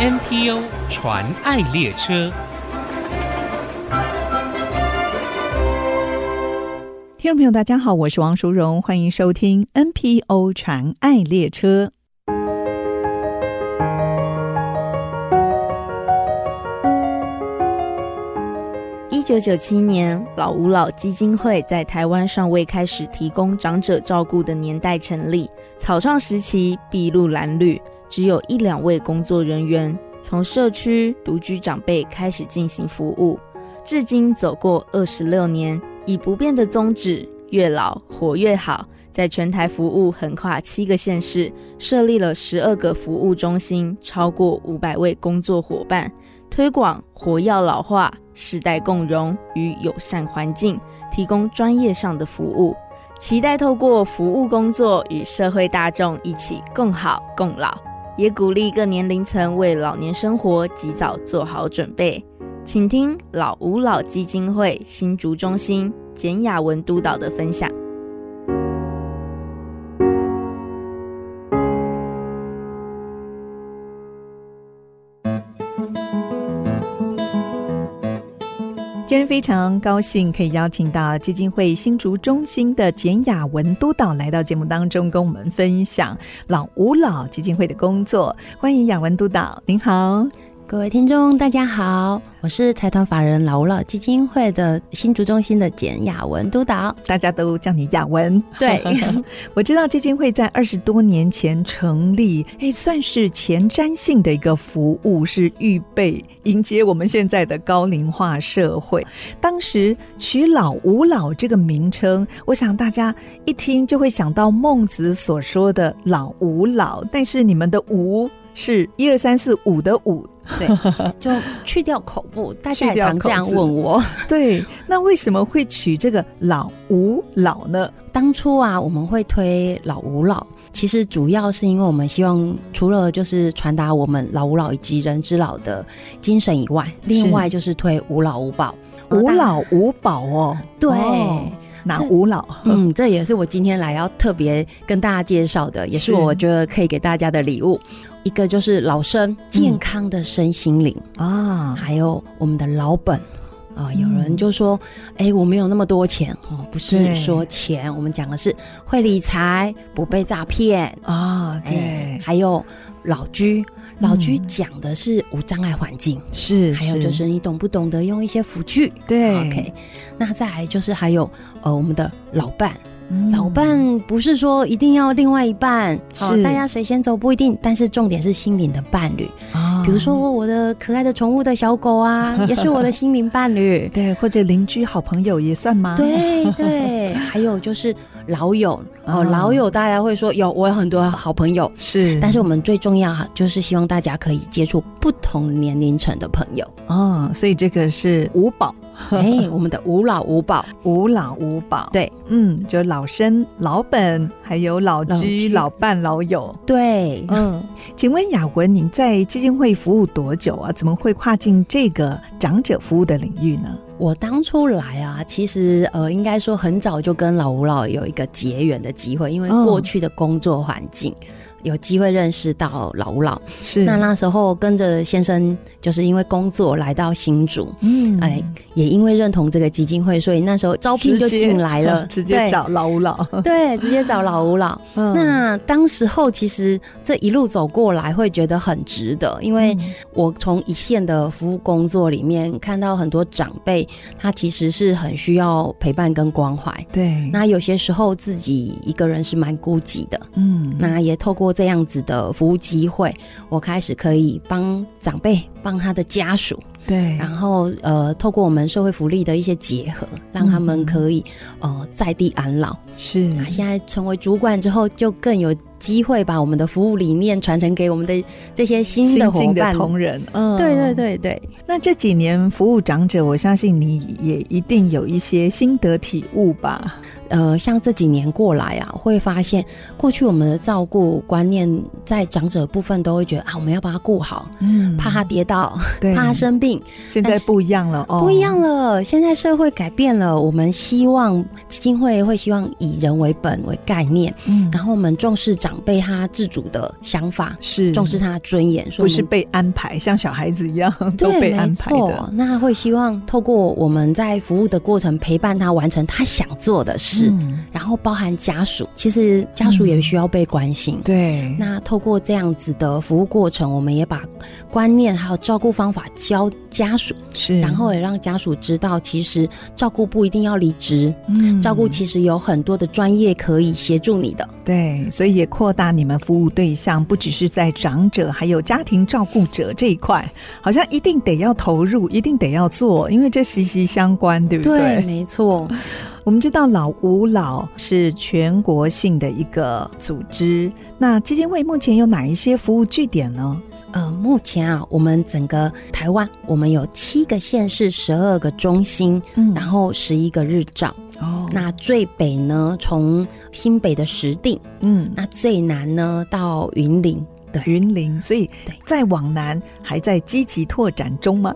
NPO 传爱列车。听众朋友，大家好，我是王淑荣，欢迎收听 NPO 传爱列车。一九九七年，老吾老基金会在台湾尚未开始提供长者照顾的年代成立。草创时期，筚路蓝缕，只有一两位工作人员，从社区独居长辈开始进行服务。至今走过二十六年，以不变的宗旨“越老活越好”，在全台服务横跨七个县市，设立了十二个服务中心，超过五百位工作伙伴。推广活药老化、世代共融与友善环境，提供专业上的服务，期待透过服务工作与社会大众一起共好共老，也鼓励各年龄层为老年生活及早做好准备。请听老吾老基金会新竹中心简雅文督导的分享。今天非常高兴可以邀请到基金会新竹中心的简雅文督导来到节目当中，跟我们分享老吾老基金会的工作。欢迎雅文督导，您好。各位听众，大家好，我是财团法人老吾老基金会的新竹中心的简雅文 督导。大家都叫你雅文。对我知道基金会在二十多年前成立，哎，算是前瞻性的一个服务，是预备迎接我们现在的高龄化社会。当时取“老吾老”这个名称，我想大家一听就会想到孟子所说的“老吾老”，但是你们的“吾”是一二三四五的“五 对，就去掉口部，大家去也掉常这样口字问我。”， 对，那为什么会取这个“老吾老”呢？当初啊，我们会推老吾老，其实主要是因为我们希望除了就是传达我们老吾老以及人之老的精神以外，另外就是推吾老吾宝。呃无大老无宝哦，对。哦哪这无老？嗯，这也是我今天来要特别跟大家介绍的，也是是我觉得可以给大家的礼物。一个就是老生健康的身心灵， 啊，还有我们的老本。啊、有嗯人就说：“哎、我没有那么多钱哦，对不是说钱，我们讲的是会理财，不被诈骗。啊，哎对，，还有老居，老居嗯讲的是无障碍环境，是，还有就是你懂不懂得用一些辅具对？OK，那再来就是还有呃，我们的老伴，嗯老伴不是说一定要另外一半，哦是，大家谁先走不一定，但是重点是心灵的伴侣，啊。比如说我的可爱的宠物的小狗啊，也是我的心灵伴侣对，或者邻居、好朋友也算吗？对对，还有就是老友啊嗯哦，老友大家会说有，我有很多好朋友，是，但是我们最重要哈，就是希望大家可以接触不同年龄层的朋 友。哦，所以这个是五宝，哎，我们的无老无宝， 五老五宝。对，嗯，就是老生、老本，还有老老居、居老伴、老友。对，嗯，请问雅文，您在基金会服务多久啊？怎么会跨进这个长者服务的领域呢？我当初来啊，其实呃，应该说很早就跟老吴老有一个结缘的机会，因为嗯过去的工作环境。有机会认识到老吴老，是，那那时候跟着先生，就是因为工作来到新竹，嗯哎，也因为认同这个基金会，所以那时候招聘就直接进来了， 直接找老五老。对， 对，直接找老吴老。嗯那当时候其实这一路走过来，会觉得很值得，因为嗯我从一线的服务工作里面看到很多长辈，他其实是很需要陪伴跟关怀。对，那有些时候自己一个人是蛮孤寂的，嗯那也透过这样子的服务机会，我开始可以帮长辈、帮他的家属，对，然后呃，透过我们社会福利的一些结合，让他们可以呃在地安老。是啊，现在成为主管之后，就更有机会把我们的服务理念传承给我们的这些新的新伙进的伴。同仁，嗯，对对。对对，那这几年服务长者，我相信你也一定有一些心得体悟吧？呃，像这几年过来啊，会发现过去我们的照顾观念在长者部分都会觉得啊，我们要把他顾好，嗯怕他跌倒，对怕他生病，病，现在不一样了哦，不一样了。现在社会改变了，我们希望基金会会希望以人为本为概念，嗯，然后我们重视长辈他自主的想法，是重视他的尊严，嗯所不以是我们被安排，像小孩子一样都对，被没安排的错。那会希望透过我们在服务的过程陪伴他完成他想做的事，嗯然后包含家属，其实家属也需要被关心。嗯对，那透过这样子的服务过程，我们也把观念还有照顾方法教家属，是，然后也让家属知道，其实照顾不一定要离职，嗯照顾其实有很多的专业可以协助你的。对，所以也扩大你们服务对象，不只是在长者，还有家庭照顾者这一块，好像一定得要投入，一定得要做，因为这息息相关，嗯对不对，没错，我们知道老吾老是全国性的一个组织，那基金会目前有哪一些服务据点呢？呃，目前啊，我们整个台湾，我们有七个县市、十二个中心，嗯然后十一个日照。哦那最北呢，从新北的石碇；嗯，那最南呢，到云林。啊云林，所以对再往南还在积极拓展中吗？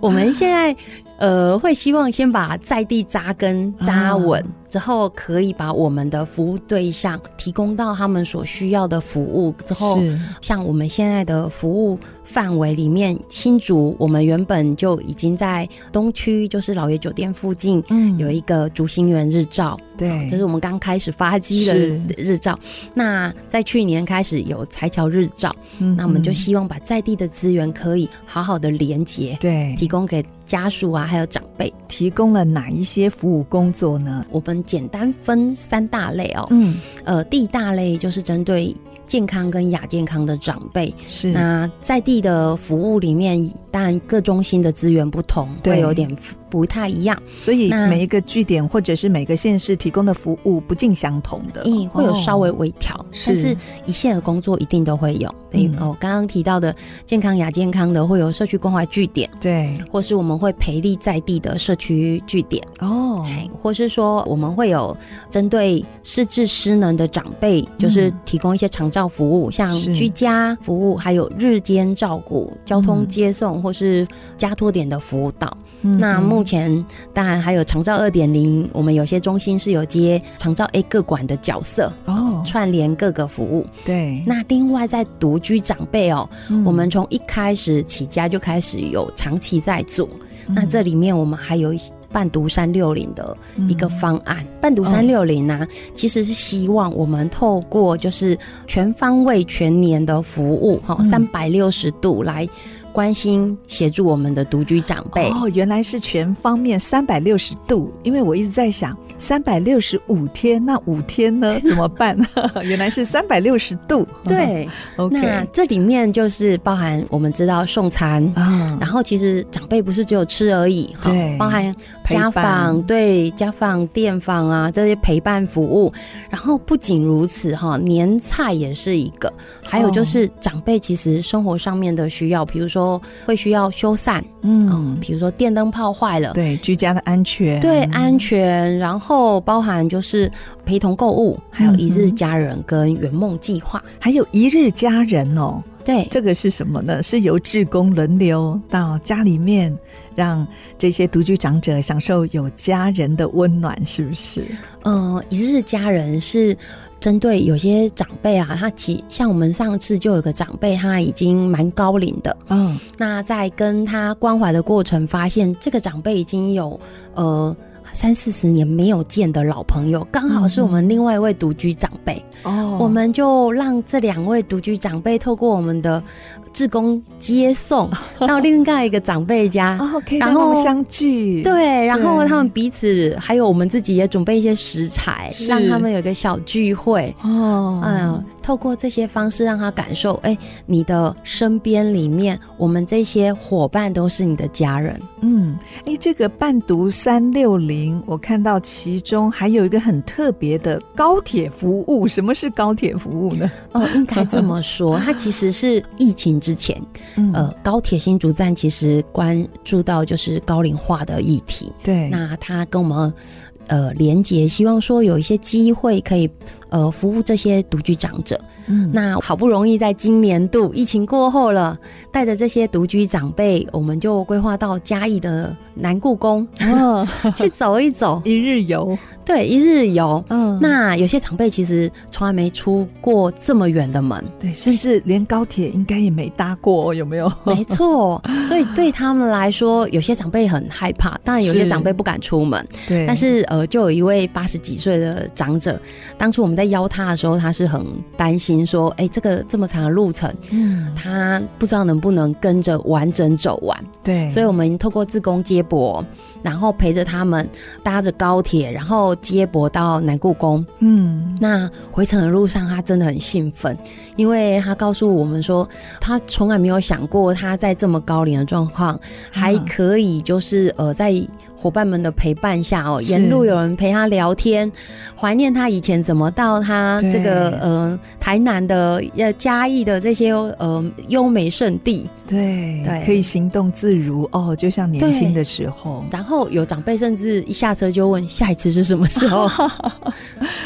我们现在呃，会希望先把在地扎根扎稳，啊之后可以把我们的服务对象提供到他们所需要的服务之哦后。像我们现在的服务范围里面，新竹我们原本就已经在东区，就是老爷酒店附近嗯有一个竹心园日照，对，这是我们刚开始发机的日是日照。那在去年开始有彩桥日照，嗯那我们就嗯希望把在地的资源可以好好的连接，对提供给家属啊，还有长辈。提供了哪一些服务工作呢？我们简单分三大类哦，嗯，呃，第一大类就是针对健康跟亚健康的长辈，是那在地的服务里面，当然各中心的资源不同，对会有点不太一样，所以那每一个据点或者是每个县市提供的服务不尽相同的，嗯，会有稍微哦微调，是但是一线的工作一定都会有。比嗯如哦，刚刚提到的健康亚健康的，会有社区关怀据点，对或是我们会培力在地的社区据点，哦，哎或是说我们会有针对失智失能的长辈，就是嗯提供一些长照服务，像是居家服务，还有日间照顾、交通嗯接送、或是家托点的辅导。嗯那嗯目前当然还有长照二点零，我们有些中心是有接长照 A 个管的角色，哦，串联各个服务。对，那另外在独居长辈哦，嗯我们从一开始起家就开始有长期在做。嗯那这里面我们还有一些伴读三六零的一个嗯哦方案，伴读三六零呢，其实是希望我们透过就是全方位全年的服务，哈、嗯三百六十度来关心协助我们的独居长辈。哦，原来是全方面三百六十度，因为我一直在想三百六十五天，那五天 呢怎么办？ 原来是三百六十度，对，那，OK 这里面就是包含我们知道送餐，啊然，后其实长辈不是只有吃而已，哈对包含陪家伴访、对家访、电访啊这些陪伴服务。然后不仅如此哈，年菜也是一个，还有哦就是长辈其实生活上面的需要，比如说会需要修缮，嗯，嗯，比如说电灯泡坏了。对，居家的安全，对安全，然后包含就是陪同购物，还有一嗯日哼家人跟圆梦计划。还有一日家人哦，对，这个是什么呢？是由志工轮流到家里面，让这些独居长者享受有家人的温暖，是不是？呃，一日家人是针对有些长辈啊，他其像我们上次就有个长辈，他已经蛮高龄的。嗯，那在跟他关怀的过程，发现这个长辈已经有呃三四十年没有见的老朋友，刚好是我们另外一位独居长辈。哦我们就让这两位独居长辈透过我们的志工接送到另外一个长辈家。哦，可以然让他们后相聚，，对，然后对他们彼此还有我们自己也准备一些食材，是让他们有一个小聚会。哦，嗯，，透过这些方式让他感受，哎，你的身边里面，我们这些伙伴都是你的家人。嗯，哎，这个伴读三六零，我看到其中还有一个很特别的高铁服务。什么是高铁服务呢？ 哦，应该这么说，它其实是疫情之前，嗯呃，高铁新竹站其实关注到就是高龄化的议题，对，那它跟我们呃连接，希望说有一些机会可以呃服务这些独居长者。嗯那好不容易在今年度疫情过后了，带着这些独居长辈，我们就规划到嘉义的南 故宫 哦，去走一走，一日游，对，一日游。嗯，那有些长辈其实从来没出过这么远 的门，对，甚至连高铁应该也没搭过哦，有没有？没错，所以对他们来说，有些长辈很害怕，当然有些是长辈不敢出门。 对，但是呃，就有一位八十几岁的长者，当初我们在邀他的时候，他是很担心说，哎、这个这么长的路程，嗯，他不知道能不能跟着完整走完。对，所以我们透过自工接驳，然后陪着他们搭着高铁，然后接驳到南故宫。嗯，那回程的路上，他真的很兴奋，因为他告诉我们说，他从来没有想过他在这么高龄的状况，嗯还可以就是呃，在伙伴们的陪伴下哦，是沿路有人陪他聊天，怀念他以前怎么到他对这个呃台南的呃嘉义的这些呃优美圣地。对，对可以行动自如哦，就像年轻的时候。然后有长辈甚至一下车就问下一次是什么 时候。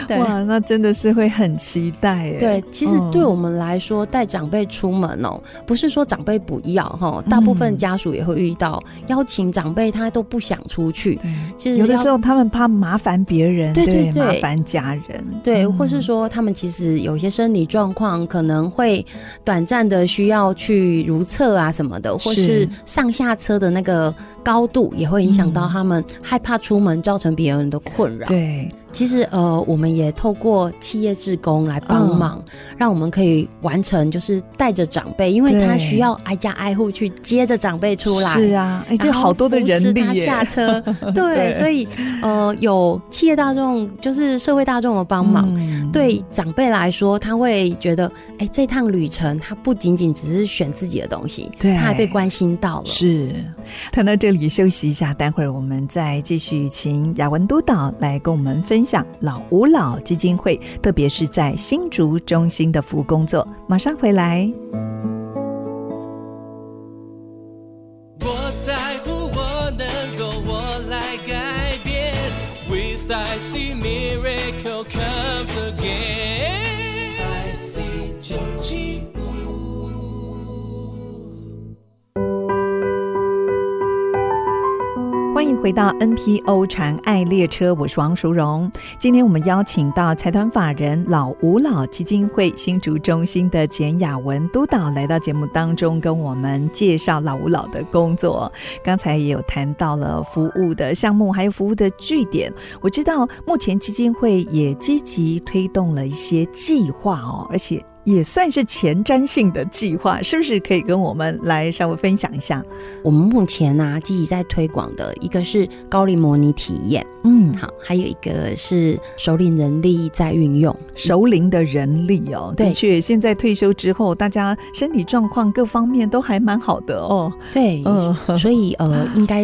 对哇，那真的是会很期待耶。对，其实嗯对我们来说，带长辈出门哦，不是说长辈不要哈，大部分嗯家属也会遇到邀请长辈，他都不想出去。对，其实有的要时候他们怕麻烦别人，对对对麻烦家人，对，嗯或是说他们其实有一些生理状况，可能会短暂的需要去如厕啊什么的，或是是上下车的那个高度也会影响到嗯他们害怕出门，造成别人的困扰。对，其实呃，我们也透过企业志工来帮忙，嗯让我们可以完成，就是带着长辈，因为对他需要挨家挨户去接着长辈出来。是啊，哎，然这后好多的人扶持力他下耶，车， 对，对所以呃，有企业大众，就是社会大众的帮忙，嗯对长辈来说，他会觉得，哎、这趟旅程他不仅仅只是选自己的东西，对他还被关心到了。是，谈到这里休息一下，待会儿我们再继续请雅文督导来跟我们分享老吾老基金会，特别是在新竹中心的服务工作。马上回来。我在乎我能够我来改变。With I see miracle comes again。I see 九七欢迎回到 NPO 传爱列车，我是王淑荣。今天我们邀请到财团法人老吾老基金会新竹中心的简雅文督导来到节目当中，跟我们介绍老吾老的工作。刚才也有谈到了服务的项目，还有服务的据点。我知道目前基金会也积极推动了一些计划哦，而且。也算是前瞻性的计划，是不是可以跟我们来稍微分享一下？我们目前呢、啊，积极在推广的一个是高龄模拟体验。嗯，好，还有一个是首领人力在运用，熟龄的人力哦，对的确，现在退休之后，大家身体状况各方面都还蛮好的哦。对，嗯，所以呃，应该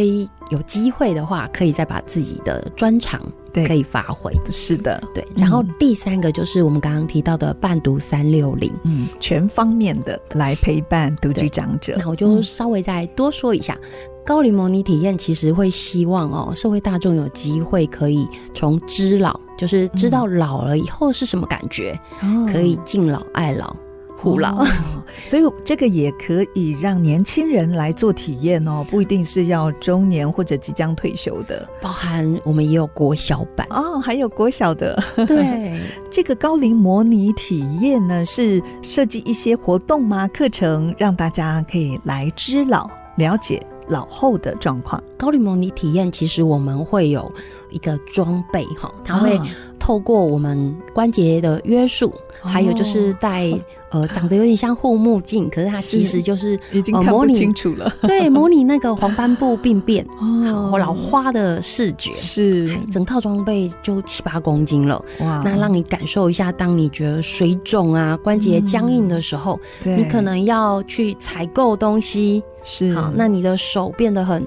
有机会的话，可以再把自己的专长对可以发挥。 是的，对，然后嗯第三个就是我们刚刚提到的伴读三六零，嗯，全方面的来陪伴独居长者。那我就稍微再多说一下。高龄模拟体验其实会希望哦，社会大众有机会可以从知老，就是知道嗯老了以后是什么感觉，哦可以敬老爱老护老。哦 所以这个也可以让年轻人来做体验哦，不一定是要中年或者即将退休的，包含我们也有国小版哦。还有国小的 对，这个高龄模拟体验呢，是设计一些活动吗？课程让大家可以来知老，了解老后的状况。高龄模拟体验，其实我们会有一个装备哈，它会啊透过我们关节的约束，哦还有就是戴呃长得有点像护目镜，可是它其啊是实就是已经呃看不模拟清楚 了。对模拟那个黄斑部病变 哦或老花的视觉。是哎整套装备就七八公斤了，哇那让你感受一下，当你觉得水肿啊、关节僵硬的时候，嗯对你可能要去采购东西，是好，那你的手变得很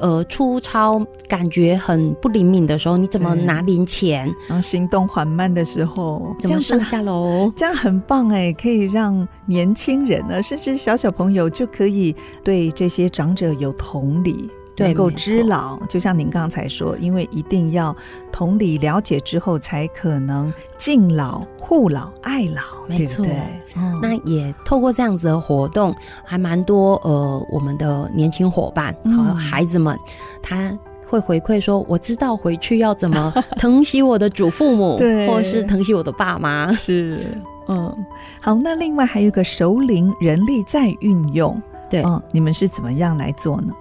呃粗糙，感觉很不灵敏的时候，你怎么对拿零钱？然后行动缓慢的时候，这怎么样上子啊下楼？这样很棒哎，可以让年轻人呢，甚至小小朋友就可以对这些长者有同理。对能够没错知老，就像您刚才说，因为一定要同理了解之后，才可能敬老、护老、爱老，没对不错嗯对？哦那也透过这样子的活动，还蛮多呃，我们的年轻伙伴和嗯孩子们，他会回馈说，我知道回去要怎么 疼惜我的祖父母，对或是疼惜我的爸妈。是。嗯，好，那另外还有一个首领人力再运用，对嗯，你们是怎么样来做呢？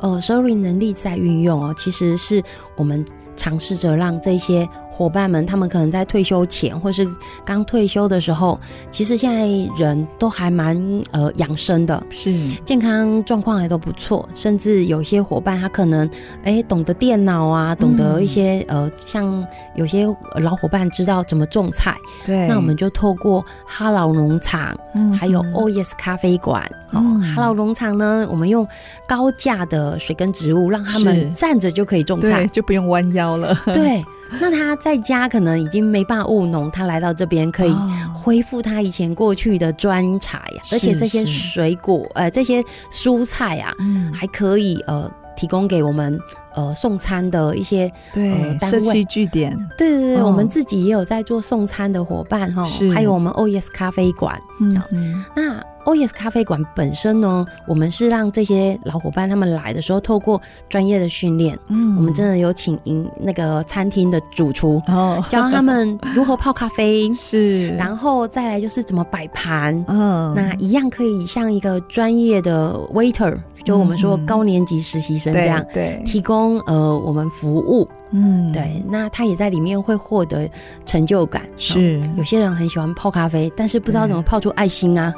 呃，收入能力再运用哦，其实是我们尝试着让这些伙伴们，他们可能在退休前或是刚退休的时候，其实现在人都还蛮呃养生的，是，健康状况也都不错，甚至有些伙伴他可能哎懂得电脑啊，懂得一些、呃，像有些老伙伴知道怎么种菜，对。那我们就透过哈老农场，嗯还有嗯 Oh Yes 咖啡馆，哦，嗯哈老农场呢，我们用高价的水跟植物，让他们是站着就可以种对菜，，就不用弯腰了，对。那他在家可能已经没办法务农，他来到这边可以哦恢复他以前过去的专茶呀，是而且这些是水果呃这些蔬菜啊，嗯，还可以呃提供给我们呃送餐的一些，对呃，单社位区据点，对对对，哦我们自己也有在做送餐的伙伴哈是，还有我们 Oh Yes 咖啡馆。嗯好嗯那 Oh Yes 咖啡馆本身呢，我们是让这些老伙伴他们来的时候，透过专业的训练，嗯我们真的有请营那个餐厅的主厨，哦，，教他们如何泡咖 啡是，然后再来就是怎么摆盘，嗯，那一样可以像一个专业的 waiter，就我们说嗯嗯高年级实习生这对样。对，提供呃我们服务，嗯对，那他也在里面会获得成就感。哦是有些人很喜欢泡咖啡，但是不知道对怎么泡出爱心啊。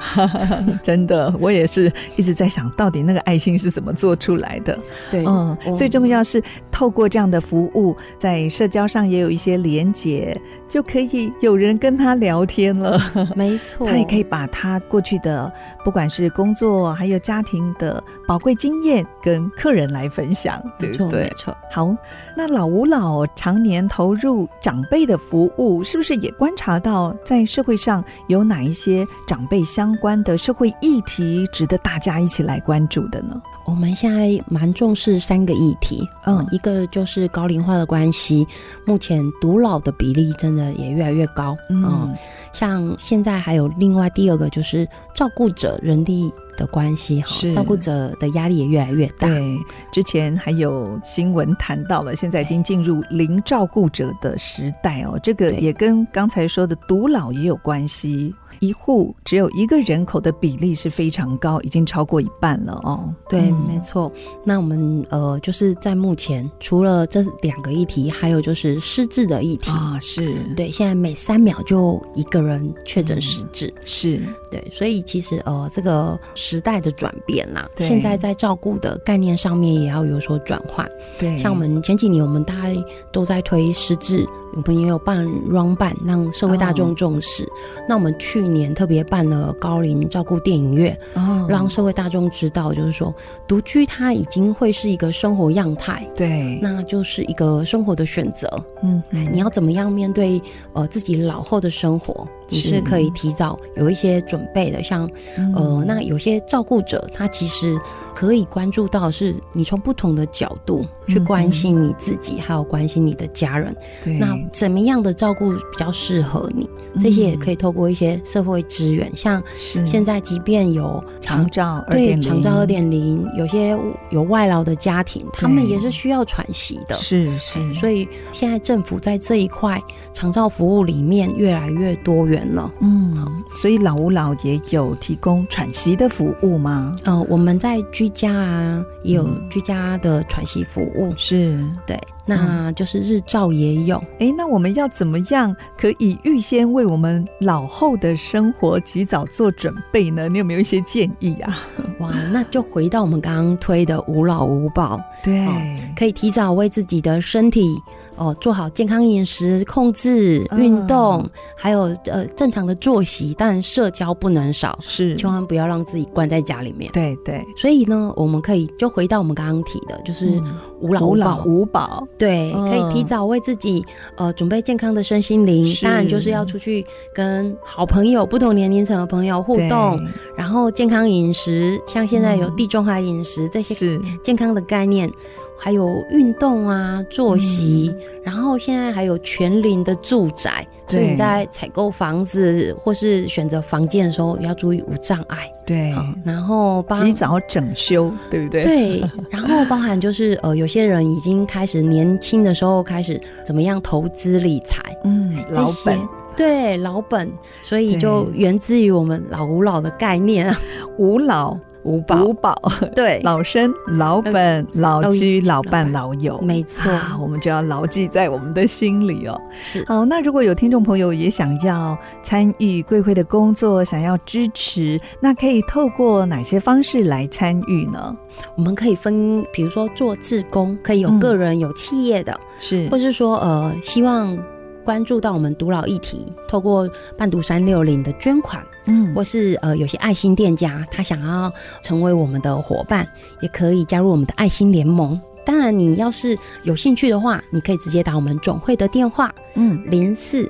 真的，我也是一直在想到底那个爱心是怎么做出来的。对，嗯我，最重要是透过这样的服务，在社交上也有一些连结，就可以有人跟他聊天 了。没错，他也可以把他过去的，不管是工作还有家庭的宝贵经验，跟客人来分享，对没不错，没对？错。好，那老吴老常年投入长辈的服务，是不是也观察到在社会上有哪一些长辈相关的社会议题值得大家一起来关注的呢？我们现在蛮重视三个议题，嗯，一个就是高龄化的关系，目前独老的比例真的也越来越高。哦嗯，像现在还有另外第二个就是照顾者人力的关系哈是，照顾者的压力也越来越大。对，之前还有新闻谈到了，现在已经进入零照顾者的时代哦，这个对也跟刚才说的独老也有关系。一户只有一个人口的比例是非常高，已经超过一半了哦。对，嗯没错。那我们呃，就是在目前，除了这两个议题，还有就是失智的议题。啊，是，对，现在每三秒就一个人确诊嗯失智。是，对，所以其实呃，这个时代的转变啦，对现在在照顾的概念上面也要有所转换。对，像我们前几年，我们大概都在推失智，我们也有办 Run 办，让社会大哦众重视。那我们去年特别办了高龄照顾电影院。哦让社会大众知道，就是说独居它已经会是一个生活样态，对，那就是一个生活的选择。嗯，哎，嗯你要怎么样面对呃自己老后的生活？你是嗯是可以提早有一些准备的，像呃，那有些照顾者他其实可以关注到，是你从不同的角度去嗯关心你自己，还有关心你的家人。对，那怎么样的照顾比较适合你？这些也可以透过一些社会资源，像嗯是现在即便有嗯长照二对点，长照二点零，有些有外劳的家庭，他们也是需要喘息的。是哎是，所以现在政府在这一块长照服务里面越来越多元了。嗯，所以老吾老也有提供喘息的服务吗？呃，我们在居家啊，也有嗯居家的喘息服务，是，对，嗯那就是日照也有。哎，那我们要怎么样可以预先为我们老后的生活及早做准备呢？你有没有一些建议啊？ 哇，那就回到我们刚刚推的无老无保，对哦可以提早为自己的身体哦、做好健康饮食控制、嗯运动，还有呃正常的作息，但社交不能少，是，千万不要让自己关在家里面。对对，所以呢，我们可以就回到我们刚刚提的，就是嗯无老无无老宝，无宝，对，嗯可以提早为自己呃准备健康的身心灵。是当然就是要出去跟好朋友、不同年龄层的朋友互对动，然后健康饮食，像现在有地中海饮食这些是健康的概念，还有运动啊、作息，嗯然后现在还有全龄的住宅，所以对你在采购房子或是选择房间的时候，要注意无障碍。对，好，然后包及早整修，对不对？对，然后包含就是呃，有些人已经开始年轻的时候开始怎么样投资理财，嗯，这老些本对老本，所以对就源自于我们老吾老的概 念啊，无老五宝无宝，对， 老生、老本、老老居、老老伴、伴老友，没错，啊，我们就要牢记在我们的心里哦。是好，那如果有听众朋友也想要参与贵会的工作，想要支持，那可以透过哪些方式来参与呢？我们可以分，比如说做志工，可以有嗯个人、有企业的，是或是说呃，希望关注到我们独老议题，透过伴读三六零的捐款。嗯或是呃有些爱心店家，他想要成为我们的伙伴，也可以加入我们的爱心联盟。当然，你要是有兴趣的话，你可以直接打我们总会的电话嗯零四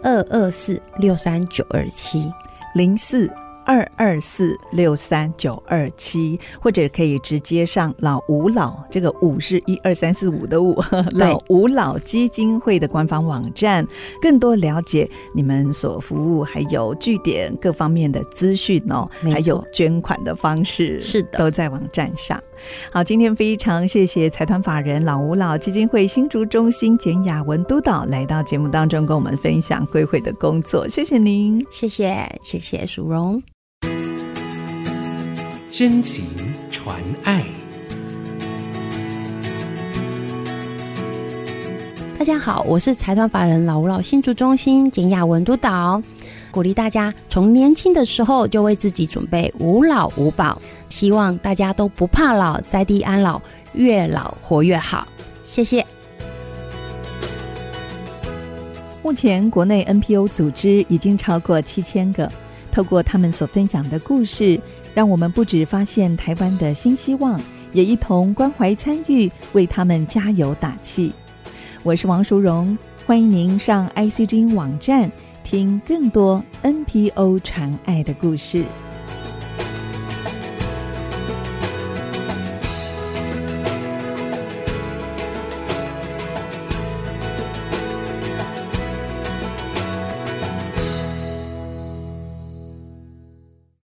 二二四六三九二七。零四。二二四六三九二七，或者可以直接上老吴老，这个五是一二三四五 的五，老吴老基金会的官方网站，更多了解你们所服务还有据点各方面的资讯哦，没还有错捐款的方式，是的都在网站上。好，今天非常谢谢财团法人老吾老基金会新竹中心简雅文督导来到节目当中，跟我们分享归会的工作，谢谢您。谢谢，谢谢淑荣。真情传爱。大家好，我是财团法人老吾老新竹中心简雅文督导，鼓励大家从年轻的时候就为自己准备无老无宝，希望大家都不怕老，在地安老，越老活越好。谢谢。目前国内 NPO 组织已经超过七千个，透过他们所分享的故事，让我们不止发现台湾的新希望，也一同关怀参与，为他们加油打气。我是王淑荣，欢迎您上 IC 之音网站听更多 NPO 传爱的故事。